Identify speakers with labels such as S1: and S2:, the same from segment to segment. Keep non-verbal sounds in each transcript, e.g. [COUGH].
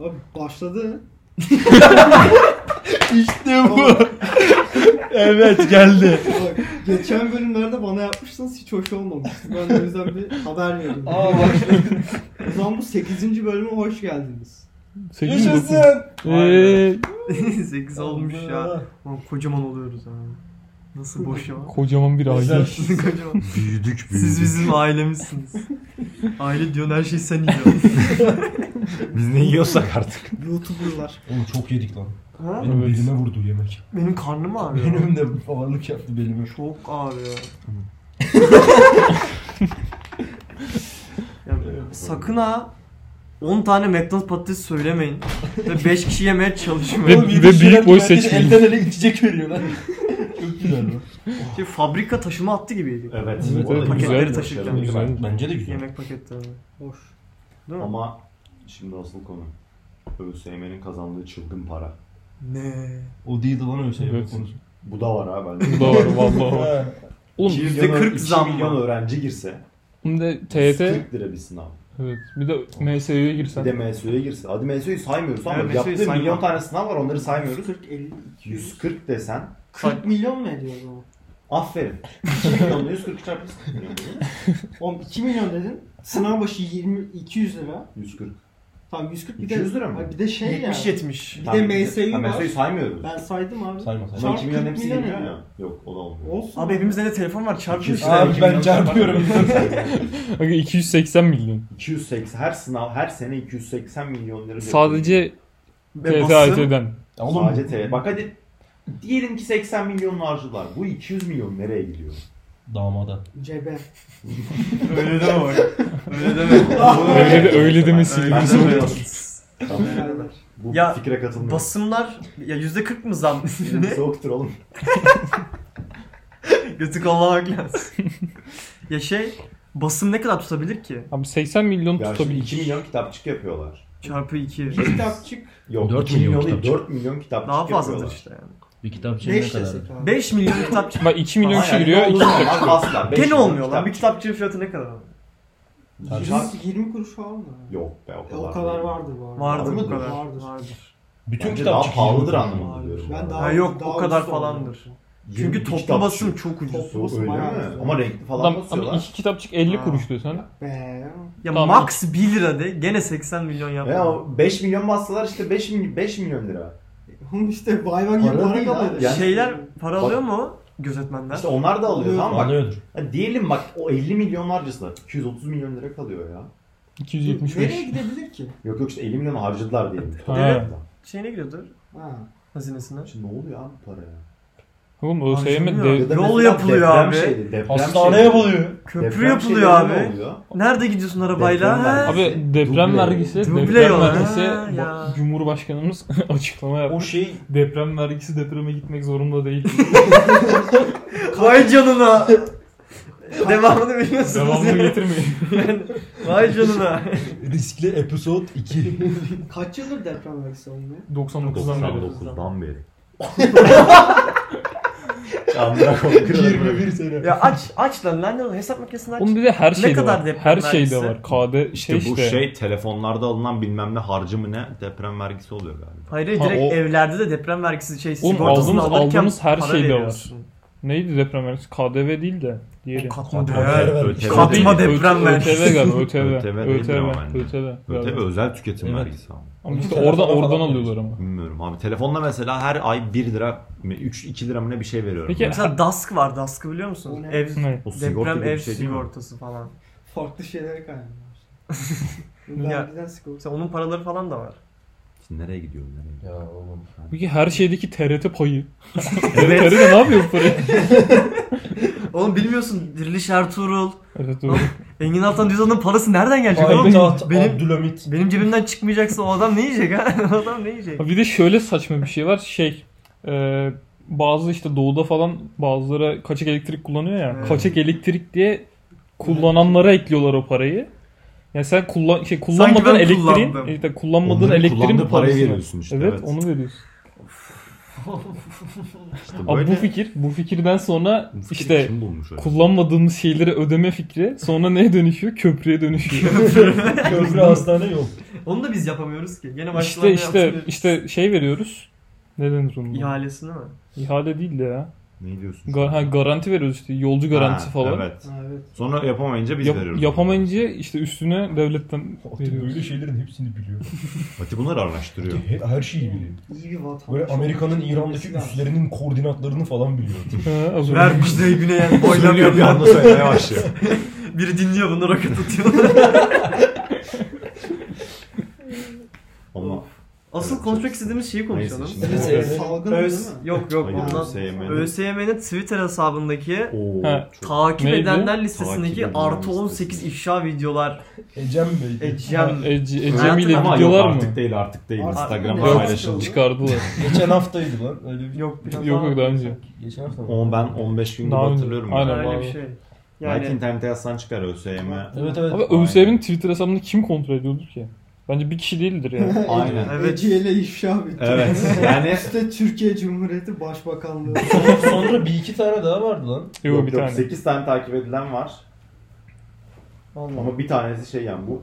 S1: Abi başladı.
S2: İşte bu. evet geldi.
S1: Bak, geçen bölümlerde bana yapmışsınız hiç hoş olmamıştı. Ben de o yüzden bir haber vereyim.
S3: Aa başladı.
S1: [LAUGHS] O zaman bu 8. bölüme hoş geldiniz.
S2: Sekiz mi dokuz mu?
S3: Yaşasın.
S2: Ee,
S4: 8 olmuş ya. Lan kocaman oluyoruz ha. Nasıl boş ya.
S2: kocaman bir aile.
S3: Güzel.
S4: [LAUGHS] Sizin kocaman.
S5: Büyüdük büyüdük.
S4: Siz bizim ailemizsiniz. Aile diyorsun her şeyi sen yiyorsun.
S5: Biz ne yiyorsak artık.
S1: Youtuberlar.
S6: Oğlum çok yedik lan.
S4: [LAUGHS] Ha?
S6: Benim
S2: Evet.
S6: belime vurdu yemek.
S4: Benim karnım ağrıyor.
S6: Benim de ağırlık yaptı belime.
S4: Çok ağrıyor. ya, sakın ha 10 tane McDonald's patates söylemeyin.
S6: [LAUGHS]
S4: Ve 5 kişi yemeye çalışmayın.
S2: Ve-
S6: Oğlum,
S2: ve
S6: yedi
S2: büyük boy
S6: kişiler herkes
S2: seçmeyin.
S6: Elden ele içecek veriyorlar. çok güzel lan.
S4: Şey, fabrika taşıma hattı gibiydi.
S5: Evet.
S2: Evet,
S5: O da
S2: evet,
S5: güzel.
S4: Paketleri taşırken.
S2: Güzel.
S5: Bence de güzel.
S4: Yemek paketlerini.
S1: Hoş.
S4: Değil mi?
S5: Ama şimdi asıl konu. ÖSYM'nin kazandığı çılgın para.
S4: Ne?
S6: O değildi lan öyle şey
S2: Evet.
S6: konusu.
S5: Bu da var ha bence.
S2: Bu
S5: [LAUGHS]
S2: da var vallahi.
S6: Ha.
S2: Oğlum
S4: Yüzde
S5: Milyona-
S4: kırk
S5: iki
S4: zam
S5: milyon
S4: var.
S5: öğrenci girse.
S2: şimdi TYT
S5: 40 lira bir sınav.
S2: evet bir de MSU'ya
S5: Bir de
S2: girsen.
S5: MSU'ya girse. Hadi MSU'yu saymıyoruz ama
S4: Evet, MSU'yu
S5: yaptığı
S4: saymam.
S5: şey milyon tane sınav var onları saymıyoruz.
S1: 40 50 200.
S5: 140 desen.
S1: 40 milyon mu ediyor o zaman?
S5: Aferin. 2 milyonla 140 çarpı 40 milyon değil mi?
S1: Oğlum 2 milyon dedin. Sınav başı 20 200 lira.
S5: 140.
S1: Tamam 140 bir de
S5: 200 lira mı?
S1: Ay, Bir de şey ya.
S4: 70-70.
S1: Bir de MSU
S5: Ha,
S1: var.
S5: MSU'yu saymıyoruz.
S1: Ben saydım abi.
S6: Sayma sayma.
S1: Çarpı
S5: Ama 2 milyon
S1: 40
S5: hepsi
S1: milyon
S5: girmiyor
S1: ya.
S5: ya. Yok o da olmuyor.
S1: Olsun.
S4: Abi hepimizde de telefon var çarpıyor işte.
S6: Abi ben çarpıyorum.
S2: Aga 280 milyon.
S5: 280 her sınav her sene 280 milyon lira.
S2: Sadece
S4: Ve basın-
S2: TYT'den.
S6: Ya
S5: Oğlum,
S6: Oğlum
S5: sadece TL. Bak hadi diyelim ki 80 milyon harcılar. Bu 200 milyon nereye gidiyor?
S6: damada.
S1: Cebe.
S4: Öyle deme bak. Öyle deme.
S2: Öyle de öyle
S4: [LAUGHS]
S2: demesin.
S5: Ben de öyle yaptım.
S1: Beraber.
S5: Bu
S4: Ya,
S5: fikre katılmıyorum. [LAUGHS]
S4: Basımlar ya yüzde kırk mı zam?
S5: Yani
S4: ne?
S5: Soğuktur oğlum.
S4: Götü kollamak lazım. ya şey basım ne kadar tutabilir ki?
S2: Abi 80 milyon
S5: Ya şimdi 2
S2: tutabilir.
S5: milyon kitapçık yapıyorlar.
S4: Çarpı iki.
S1: Kitapçık.
S5: Yok
S3: 4
S5: 2
S3: milyon
S5: milyon değil,
S3: kitapçık.
S5: 4 milyon kitapçık
S4: Daha fazladır
S5: yapıyorlar.
S4: işte yani.
S3: Bir kitapçı ne
S1: 5
S3: kadar?
S1: desek abi.
S4: 5 milyon kitapçı.
S2: Bak 2 milyon
S5: Hayır,
S2: kişi
S5: yani
S2: giriyor.
S5: ne
S2: 2
S5: olduğu zaman
S2: kitap.
S5: Asla. beş
S4: Gene
S5: milyon
S4: olmuyor lan. Bir
S5: kitapçık.
S4: kitapçının fiyatı ne kadar?
S5: Tabii.
S1: 100, 20 kuruş falan mı?
S5: Yok be o
S1: E,
S5: kadar.
S1: o kadar
S5: değil.
S1: vardır bu arada.
S4: Vardır bu
S5: Vardır.
S4: kadar.
S1: Vardır.
S4: Vardır.
S6: Bütün
S5: Bence
S6: kitap
S5: daha pahalıdır
S1: Vardır.
S5: anlamında diyorum.
S1: Ben
S5: bu
S1: daha
S5: arada.
S4: Ha yok,
S1: daha
S4: o kadar
S1: ucuz da
S4: falandır.
S1: olabilir.
S5: Bir
S4: Çünkü toplu
S5: kitapçık.
S4: basım çok ucuz.
S1: Toplu basım
S5: Öyle
S1: bayağı
S5: mi?
S1: ucuz.
S5: Ama renkli falan
S2: Adam,
S5: basıyorlar.
S2: abi 2 kitapçık 50
S4: Ha.
S2: kuruş diyor sen.
S1: Be.
S4: Ya
S2: Tamam.
S4: max 1 lira de gene 80 milyon yapar.
S5: Ya o 5 milyon bassalar işte 5 milyon, 5 milyon lira.
S1: Oğlum işte bayvan gibi
S5: Para
S1: para
S5: değil
S1: kalıyor.
S5: abi. Yani-
S4: Şeyler para
S5: Bak-
S4: alıyor mu gözetmenden?
S5: İşte onlar da alıyor tamam mı? Bak,
S6: Anlıyordur.
S5: ya diyelim bak o 50 milyon harcasınlar. 230 milyon lira kalıyor ya.
S2: 275.
S1: Nereye gidebilir ki?
S5: Yok yok işte 50 milyon harcadılar diyelim.
S2: Ha.
S5: Evet.
S4: Şeyine giriyordur
S1: Ha.
S4: hazinesine.
S5: Şimdi ne oluyor abi bu paraya?
S2: Oğlum ÖSYM
S4: Harcanıyor.
S2: de
S5: Ya da
S4: Yol
S5: mesela
S4: yapılıyor
S5: deprem
S4: abi.
S5: Şeydi, deprem
S6: Hastane
S5: şeydi.
S6: yapılıyor.
S4: Köprü
S5: Deprem
S4: yapılıyor
S5: şeyleri
S4: abi.
S5: ne oluyor?
S4: Nerede gidiyorsun arabayla?
S5: Deprem
S4: He?
S5: vergisi.
S2: Abi deprem
S5: Duble.
S2: vergisi,
S4: Duble
S2: deprem
S4: yol.
S2: vergisi
S4: Ha,
S2: bu-
S4: ya.
S2: Cumhurbaşkanımız [LAUGHS] açıklama yaptı.
S6: O şey
S2: Deprem vergisi depreme gitmek zorunda değil. [LAUGHS]
S4: Vay canına. Devamını biliyorsunuz.
S2: Devamını
S5: [LAUGHS]
S2: getirmeyin.
S4: Yani, [LAUGHS] Vay canına.
S6: riskli episode 2.
S1: Kaç yıldır deprem vergisi olmuyor?
S2: 99'dan beri.
S5: 99'dan beri. Amına koyayım.
S6: 21 sene.
S4: ya aç aç lan lan lan, hesap makinesini aç.
S2: Onun bir de her şeyde
S4: kadar
S2: var.
S4: deprem
S2: Her şeyde
S4: vergisi?
S2: var. KD
S5: İşte
S2: şey
S5: bu
S2: işte.
S5: şey telefonlarda alınan bilmem ne harcı mı ne deprem vergisi oluyor galiba.
S4: Hayır hayır,
S2: Ha,
S4: direkt
S2: o-
S4: evlerde de deprem vergisi şey
S2: Oğlum,
S4: sigortasını
S2: aldığımız-
S4: alırken
S2: aldığımız her
S4: para
S2: şeyde var.
S4: veriyorsun.
S2: Neydi deprem vergisi? KDV değil de. Diğeri.
S4: Katma
S6: değer.
S4: değer.
S5: ÖTV
S4: Katma
S5: değil.
S4: değer. deprem
S2: Ö-
S4: vergisi.
S2: ÖTV galiba. ÖTV.
S5: [LAUGHS] ÖTV değil
S2: ÖTV.
S5: ama bence.
S2: ÖTV.
S5: ÖTV
S2: galiba.
S5: özel tüketim
S6: Evet.
S5: vergisi ama.
S2: Ama işte
S6: Telefona
S2: oradan
S6: falan
S2: oradan
S6: veriyor.
S2: alıyorlar ama.
S5: Bilmiyorum abi. Telefonla mesela her ay 1 lira, 3 2 lira mı ne bir şey veriyorum.
S2: Peki-
S4: Mesela DASK var. DASK'ı biliyor musunuz?
S1: O ne?
S4: Ev,
S2: Ne?
S5: O sigorta
S4: deprem
S5: gibi
S4: ev
S5: bir şey değil mi?
S4: sigortası falan.
S1: Farklı şeylere
S4: [LAUGHS]
S1: kaynıyorlar.
S4: Ya.
S1: Vergiden sigorta.
S4: Mesela onun paraları falan da var.
S5: Şimdi nereye gidiyorum nereye? gidiyorum?
S6: Ya oğlum.
S2: Peki her şeydeki TRT payı. TRT de ne yapıyor bu parayı?
S4: Oğlum bilmiyorsun Diriliş Ertuğrul,
S2: Evet doğru.
S4: Engin Altan Düzal'ın parası nereden gelecek
S2: Aynen.
S4: oğlum?
S6: Aynen taht
S4: benim-
S6: Abdülhamit.
S4: Benim cebimden çıkmayacaksa o adam ne yiyecek ha? [LAUGHS] O adam ne
S2: [LAUGHS]
S4: yiyecek?
S2: Ha Bir de şöyle saçma bir şey var. Şey e, bazı işte doğuda falan bazıları kaçak elektrik kullanıyor ya.
S4: Evet.
S2: Kaçak elektrik diye kullananlara ekliyorlar o parayı. Yani sen kullan şey kullanmadığın
S4: ben
S2: elektriğin
S4: kullandım.
S2: işte kullanmadığın
S5: Onların
S2: elektriğin
S5: kullandığı parayı
S2: parasını-
S5: veriyorsun işte,
S2: Evet,
S5: evet.
S2: onu veriyorsun.
S5: İşte
S2: Abi
S5: böyle
S2: bu fikir, bu fikirden sonra
S5: Bu fikri
S2: işte
S5: kim bulmuş öyle?
S2: kullanmadığımız şeyleri ödeme fikri sonra neye dönüşüyor? Köprüye
S4: [LAUGHS]
S2: dönüşüyor.
S6: Köprü hastane [LAUGHS] yok.
S4: Onu da biz yapamıyoruz ki. Gene
S2: işte
S4: başkalarına
S2: işte
S4: yaptırıyoruz.
S2: işte şey veriyoruz. Ne denir onun? İhale,
S4: İhalesini mi?
S2: değil de ya.
S5: Ne diyorsun?
S2: Ga- ha, garanti veriyoruz işte yolcu garantisi
S5: Ha,
S2: falan.
S5: Evet.
S1: Ha, evet.
S5: Sonra yapamayınca biz
S2: Yap-
S5: veriyoruz.
S2: yapamayınca işte üstüne devletten [LAUGHS]
S6: Fatih
S2: veriyoruz.
S6: böyle şeylerin hepsini biliyor.
S5: Fatih bunları araştırıyor. [LAUGHS]
S6: Her- Her şeyi biliyor.
S1: İyi bir vatandaş.
S6: Böyle Amerika'nın
S1: olmak
S6: İran'daki
S1: lazım.
S6: üslerinin koordinatlarını falan biliyor.
S2: Ha, az önce.
S4: Ver kuzey güneye
S5: Söylüyor
S4: boylamıyor
S5: bir anda söylemeye başlıyor.
S4: Biri dinliyor bunu roket
S2: [LAUGHS]
S4: atıyor.
S5: Ama
S4: Asıl konuşmak istediğimiz şeyi konuşalım.
S5: Neyse şimdi.
S1: Evet, salgın değil
S4: Öz,
S1: mi?
S4: yok yok
S5: Hayır,
S4: ondan.
S5: ÖSYM'nin
S4: ÖSYM'nin Twitter hesabındaki
S5: Oo,
S2: Ha.
S5: çok-
S4: takip
S2: Neydi?
S4: edenler
S5: Takip
S4: listesindeki
S5: edenler
S4: artı
S5: listesi.
S4: 18 ifşa videolar.
S6: [LAUGHS] Ecem Bey.
S2: Ha,
S5: e,
S4: Ecem.
S2: Ece, Ecem
S4: Hayatım
S2: ile
S5: Ama
S2: videolar
S5: yok,
S2: mı?
S5: Artık değil artık değil.
S1: Artık
S5: Instagram'da
S1: değil.
S5: paylaşıldı.
S2: Çıkardılar.
S6: Geçen haftaydı lan. Öyle bir...
S4: Yok biraz
S2: yok
S4: daha-
S2: yok daha önce.
S6: Geçen hafta mı?
S5: On ben 15 gün gibi
S2: Daha önce.
S5: hatırlıyorum.
S2: Aynen.
S4: Öyle
S2: Abi.
S4: bir şey.
S5: Yani... Belki
S4: Yani
S5: internete yazsan çıkar ÖSYM.
S6: Evet evet.
S2: Abi ÖSYM'in Twitter hesabını kim kontrol ediyordur ki? Bence bir kişi değildir yani.
S5: Aynen.
S4: Evet.
S1: Ece ile ifşa bitti. [LAUGHS]
S5: Evet. Yani
S1: İşte Türkiye Cumhuriyeti
S4: [LAUGHS]
S1: Başbakanlığı.
S6: [LAUGHS] Sonra bir iki tane daha vardı lan.
S2: Yok, bir tane.
S5: 8 tane takip edilen var. Ama bir tanesi şey yani bu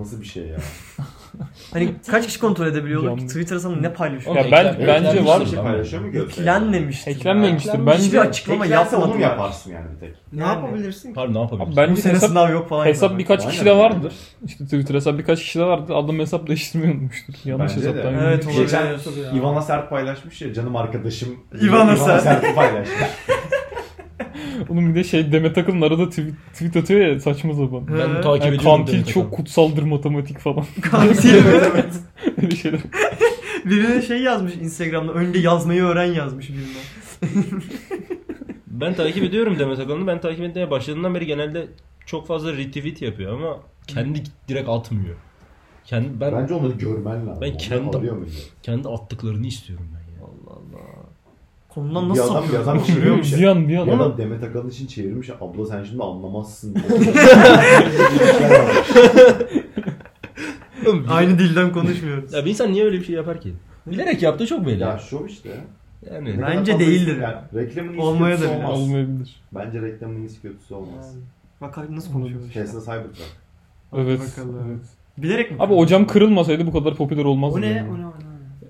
S5: nasıl bir şey ya?
S4: hani kaç kişi kontrol edebiliyorlar ki
S2: Yan-
S4: Twitter hesabını ne paylaşıyor?
S2: Ya
S6: Oğlum,
S2: ben
S6: eklen-
S2: bence var.
S5: Bir şey paylaşıyor mu göz?
S4: Eklenmemiştir.
S2: Hacklenmemiştir.
S4: Hiçbir
S2: Bence
S4: açıklama
S5: Eklense onu mu
S4: yapmadılar.
S5: yaparsın yani bir tek?
S1: ne
S4: Yani.
S1: yapabilirsin ki?
S6: Pardon ne yapabiliriz?
S2: Abi
S4: Bu
S2: bence
S4: sene
S2: hesap,
S4: sınav yok falan.
S2: hesap birkaç
S5: Aynen.
S2: kişi de vardır. İşte Twitter hesap birkaç kişi de vardır. Adam hesap değiştirmeyi unutmuştur. Yanlış
S5: Bence de.
S2: hesaptan.
S4: Evet
S2: girmiş.
S5: Geçen-
S4: olabilir.
S5: Ivana Sert paylaşmış ya canım arkadaşım.
S4: Ivana Sert.
S5: Sert'i paylaşmış.
S2: Onun bir de şey Demet Akalın arada tweet, tweet atıyor ya saçma sapan.
S4: He. [LAUGHS]
S6: Ben takip
S2: Yani
S6: ediyorum.
S2: kantil
S6: Demet
S2: çok
S6: Akalın.
S2: kutsaldır matematik falan. [LAUGHS]
S4: [LAUGHS] Kantil mi?
S2: Öyle şeyler.
S4: Biri de şey yazmış Instagram'da önce yazmayı öğren yazmış birine.
S7: Ben takip ediyorum Demet Akalın'ı. Ben takip etmeye başladığından beri genelde çok fazla retweet yapıyor ama
S6: Kendi direkt atmıyor. Kendi, ben
S5: Bence onu görmen lazım.
S7: Ben
S5: Onu
S7: kendim-
S5: alıyor muydu?
S6: kendi attıklarını istiyorum ben ya.
S4: Allah Allah. Konudan nasıl
S5: Bir adam, bir
S4: sapıyor?
S5: adam çevirmiş. ya.
S2: Ziyan bir
S5: Bir
S2: adam.
S5: adam Demet Akalın için çevirmiş. ya, Abla sen şimdi anlamazsın. şey diye.
S4: Aynı dilden konuşmuyoruz.
S7: ya bir insan niye öyle bir şey yapar ki? Bilerek yaptığı çok belli.
S5: ya şov işte. Ne
S7: Yani
S5: kadar
S4: Bence
S5: fazla-
S4: değildir.
S5: Yani reklamın iyisi
S4: Olmaya
S5: kötüsü
S4: da bilir.
S5: olmaz.
S2: Olmayabilir.
S5: Bence reklamın iyisi kötüsü olmaz.
S4: Yani. Bak abi nasıl konuşuyoruz işte.
S5: Tesla Cybertruck.
S2: Evet.
S4: bakalım.
S2: evet.
S4: Bilerek mi?
S2: Abi o cam kırılmasaydı bu kadar popüler olmazdı.
S4: O ne?
S2: yani.
S4: O ne? O ne?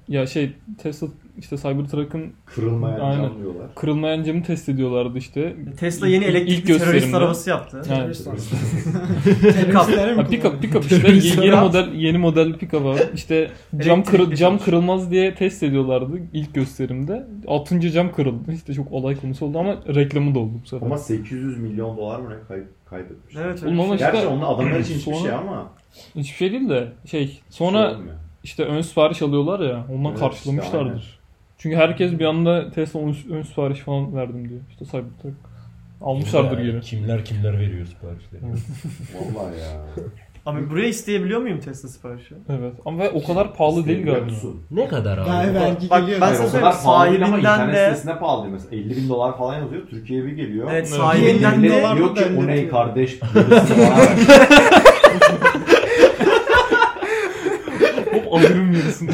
S2: Ya şey Tesla işte Cybertruck'ın
S5: Kırılmayan
S2: Aynen.
S5: cam diyorlar.
S2: kırılmayan camı test ediyorlardı işte.
S4: Tesla yeni
S2: İlk-
S4: elektrikli
S2: ilk
S4: terörist
S2: gösterimde.
S4: arabası yaptı.
S2: Yani,
S1: Teröristler mi
S2: Ha, pick-up
S1: kullanıyor?
S2: pick-up işte
S4: Terörist
S2: yeni
S4: adam.
S2: model yeni model pick-up var. İşte cam
S4: Elektrikli
S2: kırıl cam
S4: çalışıyor.
S2: kırılmaz diye test ediyorlardı ilk gösterimde. Altıncı cam kırıldı. İşte çok olay konusu oldu ama reklamı da oldu bu sefer.
S5: Ama 800 milyon dolar mı ne kay- kaybetmiş.
S4: Evet öyle
S2: Oğlum ama
S4: bir şey.
S2: işte
S5: Gerçi onunla adamlar için hiçbir
S2: Sonra-
S5: şey ama.
S2: hiçbir şey değil de şey
S5: şey
S2: sonra
S5: olmuyor.
S2: işte ön sipariş alıyorlar ya ondan
S5: Evet,
S2: karşılamışlardır.
S5: işte
S2: Çünkü herkes bir anda Tesla ön, ön sipariş falan verdim diyor. İşte Cybertruck almışlardır
S6: Yani
S2: geri.
S6: Kimler kimler veriyor siparişleri.
S2: Evet.
S5: aynen. Vallahi ya.
S4: Abi buraya isteyebiliyor muyum Tesla siparişi?
S2: Evet ama ve o kadar [LAUGHS] pahalı değil
S5: Biliyor
S2: galiba.
S5: musun?
S7: ne kadar abi?
S1: Gayet vergi
S4: Bak,
S1: geliyor.
S4: ben
S5: Hayır,
S4: sana
S5: o
S4: söyleyeyim,
S5: kadar pahalı değil ama
S4: sahibinden
S5: internet
S4: de-
S5: sitesine pahalı değil mesela. 50 bin dolar falan yazıyor. Türkiye'ye bir geliyor.
S4: Evet
S2: Evet.
S4: sahibinden
S1: Yeni-
S4: de
S1: yeni-
S5: Diyor ki o ne
S1: Dolardan
S4: [LAUGHS]
S5: kardeş? Birisi bana ver.
S2: Hop alırım yarısını.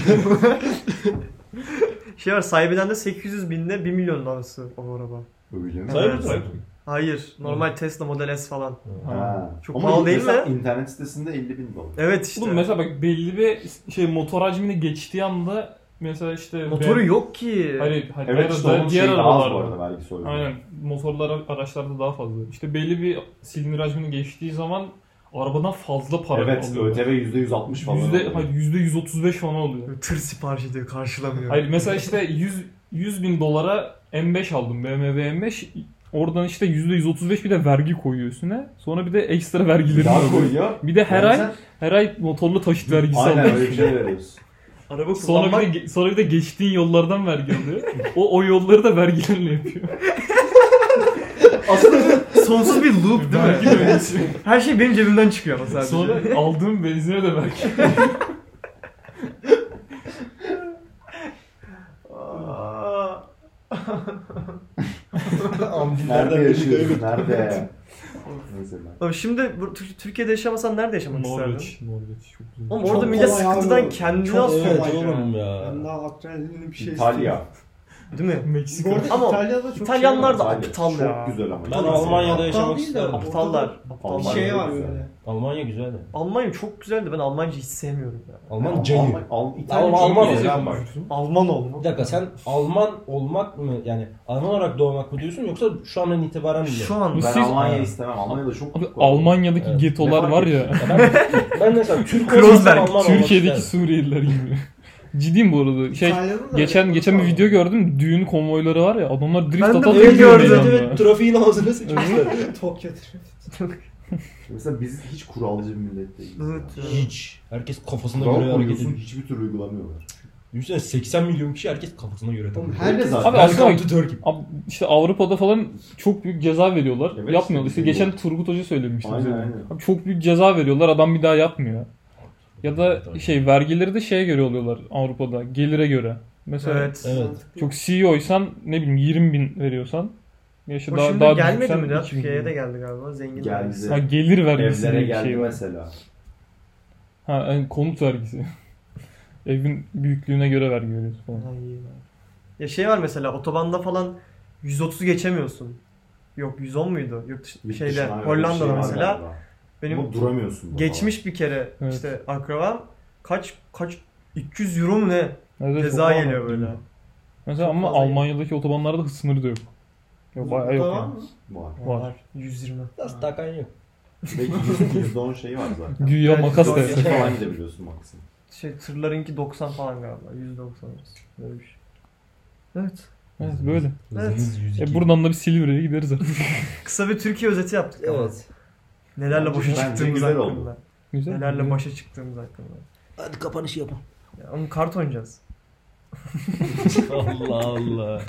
S4: şey var sahibinden de 800 binde 1 milyon arası o araba.
S5: Öyle mi?
S6: Cybertruck.
S4: Hayır normal Tesla Model S falan.
S5: [LAUGHS] Ha.
S4: Çok
S5: Ama
S4: pahalı değil
S5: mesela
S4: mi?
S5: internet sitesinde 50 bin dolar.
S4: Evet işte.
S2: Oğlum mesela bak belli bir şey motor hacmini geçtiği anda mesela işte
S4: Motoru
S2: ben-
S4: yok ki.
S2: Hayır, hayır
S5: Evet
S2: arada
S5: işte onun
S2: diğer
S5: şeyi daha az bu
S2: arabalarda.
S5: arada vergisi o yüzden.
S2: Aynen. Motorlar araçlarda daha fazla. İşte belli bir silindir hacmini geçtiği zaman arabadan fazla para
S5: Evet
S2: alıyor.
S5: ÖTV %160 falan.
S2: Yüzde,
S5: oluyor.
S2: hayır, yüzde 135 falan alıyor.
S4: Böyle Tır siparişi diyor karşılamıyor.
S2: Hayır mesela işte 100, 100 bin dolara M5 aldım. BMW M5. Oradan işte yüzde 135 bir de vergi koyuyor üstüne. Sonra bir de ekstra vergilerini
S5: Daha
S2: alıyor.
S5: koyuyor.
S2: Bir de her
S5: Yani
S2: ay
S5: sen-
S2: her ay motorlu taşıt vergisi alıyor.
S5: Aynen öyle bir şey
S2: [LAUGHS]
S5: veriyorsun.
S4: Araba
S2: Sonra
S4: kullanmak
S2: bir, de, ge- sonra bir de geçtiğin yollardan vergi alıyor. o o yolları da vergilerle yapıyor.
S4: sonsuz bir loop değil
S2: vergi
S4: mi?
S2: döngüsü.
S4: Her şey benim cebimden çıkıyor ama sadece.
S2: Sonra aldığım benzine de vergi.
S4: Aa,
S6: Amcillerden
S5: Nerede
S6: biri de
S2: şey [LAUGHS]
S5: yaşıyorsun? Nerede? mesela.
S4: Abi şimdi bu- Tür- Türkiye'de yaşamasan nerede yaşamak isterdin?
S2: Norveç. Norveç çok güzel.
S4: Oğlum
S1: Çok
S4: orada millet
S1: kolay abi
S4: sıkıntıdan
S1: o.
S4: kendini
S1: Çok
S4: asıyor.
S1: kolay.
S6: Evet oğlum ya.
S1: Ben daha adrenalinli bir şey
S5: İtalya.
S4: Değil mi?
S1: istiyorum. Bu
S2: Meksika.
S1: arada
S4: Ama
S1: İtalya'da
S2: şey
S1: çok
S4: İtalyanlar da
S5: İtalya.
S4: aptal ya.
S5: Çok güzel ama.
S7: Ben Almanya'da
S1: Aptal
S7: yaşamak
S1: değil de
S7: isterim.
S4: Aptallar.
S1: bir
S4: Aptallar.
S1: şey var böyle.
S7: Almanya güzel de.
S4: Almanya çok güzeldi. Ben Almanca hiç sevmiyorum ya.
S6: Alman cayı.
S5: İtalya
S7: Alman-
S5: Alman
S7: Alman-
S5: güzel bak.
S4: Alman olma.
S6: Bir dakika sen Alman olmak mı yani Alman olarak doğmak mı diyorsun yoksa şu andan itibaren mi?
S4: Şu an
S2: Siz-
S5: Ben Almanya'yı istemem. Almanya'da çok
S2: Abi
S5: korkunç.
S2: Almanya'daki
S6: Evet.
S2: getolar
S5: Ne
S2: var
S5: fark
S2: ya.
S6: Ya ben, ben mesela Türk olmasam
S4: Kreuzberg,
S6: Alman olmak
S2: Türkiye'deki
S6: isterim.
S2: Suriyeliler gibi. [LAUGHS] Ciddiyim bu arada. Şey
S1: İtalya'da da
S2: geçen
S1: öyle.
S2: geçen bir video gördüm. Düğün konvoyları var ya. Adamlar drift
S4: Ben de
S2: ata
S4: bunu gördüm.
S6: Evet evet trafiğin ağzını sıçmışlar.
S1: Tokyo Drift.
S5: Mesela biz hiç kuralcı bir millet değiliz. ya.
S4: Evet ya.
S6: Hiç. Herkes kafasına
S5: Kural
S6: göre hareket
S5: koyuyorsun
S6: ediyor.
S5: hiçbir türlü uygulamıyorlar.
S6: Düşünsene 80 milyon kişi herkes kafasına göre
S1: Oğlum
S6: takılıyor.
S1: her
S5: Herkes
S2: Abi
S5: zaten.
S2: aslında
S6: Welcome
S2: bak,
S6: to Turkey.
S2: ab- işte Avrupa'da falan çok büyük ceza veriyorlar.
S5: Evet,
S2: Yapmıyorlar.
S5: işte
S2: İşte
S5: bizim
S2: geçen Turgut Hoca söylemişti.
S5: Aynen,
S2: bize de.
S5: aynen.
S2: Abi çok büyük ceza veriyorlar. Adam bir daha yapmıyor. Ya da şey vergileri de şeye göre alıyorlar Avrupa'da. Gelire göre. Mesela
S4: Evet.
S6: Evet.
S2: çok CEO'ysan ne bileyim 20 bin veriyorsan yaşı
S4: O
S2: daha,
S4: şimdi
S2: daha
S4: gelmedi
S2: düşüksen
S4: mi ya?
S2: 2000
S4: Türkiye'ye de geldi galiba. Zengin
S5: Geldi.
S4: vergisi.
S2: Ha, gelir vergisi
S5: Evlere
S2: diye bir
S5: geldi
S2: şey var.
S5: mesela.
S2: Ha, yani konut vergisi. [LAUGHS] Evin büyüklüğüne göre vergi veriyorsun falan.
S4: Ha, iyi ya. Ya şey var mesela otobanda falan 130 geçemiyorsun. Yok 110 muydu? Yurt dışı,
S5: Yurt
S4: şeyde
S5: dışına öyle bir
S4: Hollanda'da
S5: şey var
S4: mesela.
S5: galiba.
S4: Benim
S5: Ama duramıyorsun. da
S4: geçmiş bir kere
S2: Evet.
S4: işte akrabam kaç kaç 200 euro mu ne
S2: Evet, evet,
S4: ceza
S2: çok var.
S4: geliyor böyle.
S2: Mesela
S4: Çok
S2: ama
S4: fazla
S2: Almanya'daki otobanlarda hız sınırı da yok. Yok bayağı yok.
S1: Tamam
S2: yani.
S1: mı?
S5: falan. Var.
S2: Var.
S4: Var. 120.
S6: Nasıl takan yok.
S5: Ve yüzde- yüzde on şeyi var zaten.
S2: Güya
S4: Evet,
S2: makas da
S4: doğru.
S2: yok.
S5: Yüzde falan gidebiliyorsun maksimum.
S4: Şey tırlarınki 90 falan galiba. 190 arası. Böyle bir şey. Evet.
S2: Evet böyle.
S4: Evet.
S6: Hızınız 102.
S2: E buradan da bir Silivri'ye gideriz artık.
S4: Kısa bir Türkiye özeti yaptık ama.
S6: Evet. [LAUGHS]
S4: Nelerle başa
S5: Bence
S4: çıktığımız
S5: güzel
S4: hakkında.
S5: oldu.
S2: Güzel.
S4: Nelerle başa çıktığımız hakkında.
S6: Hadi kapanış yapın.
S4: Ya, ama kart oynayacağız.
S6: Allah Allah.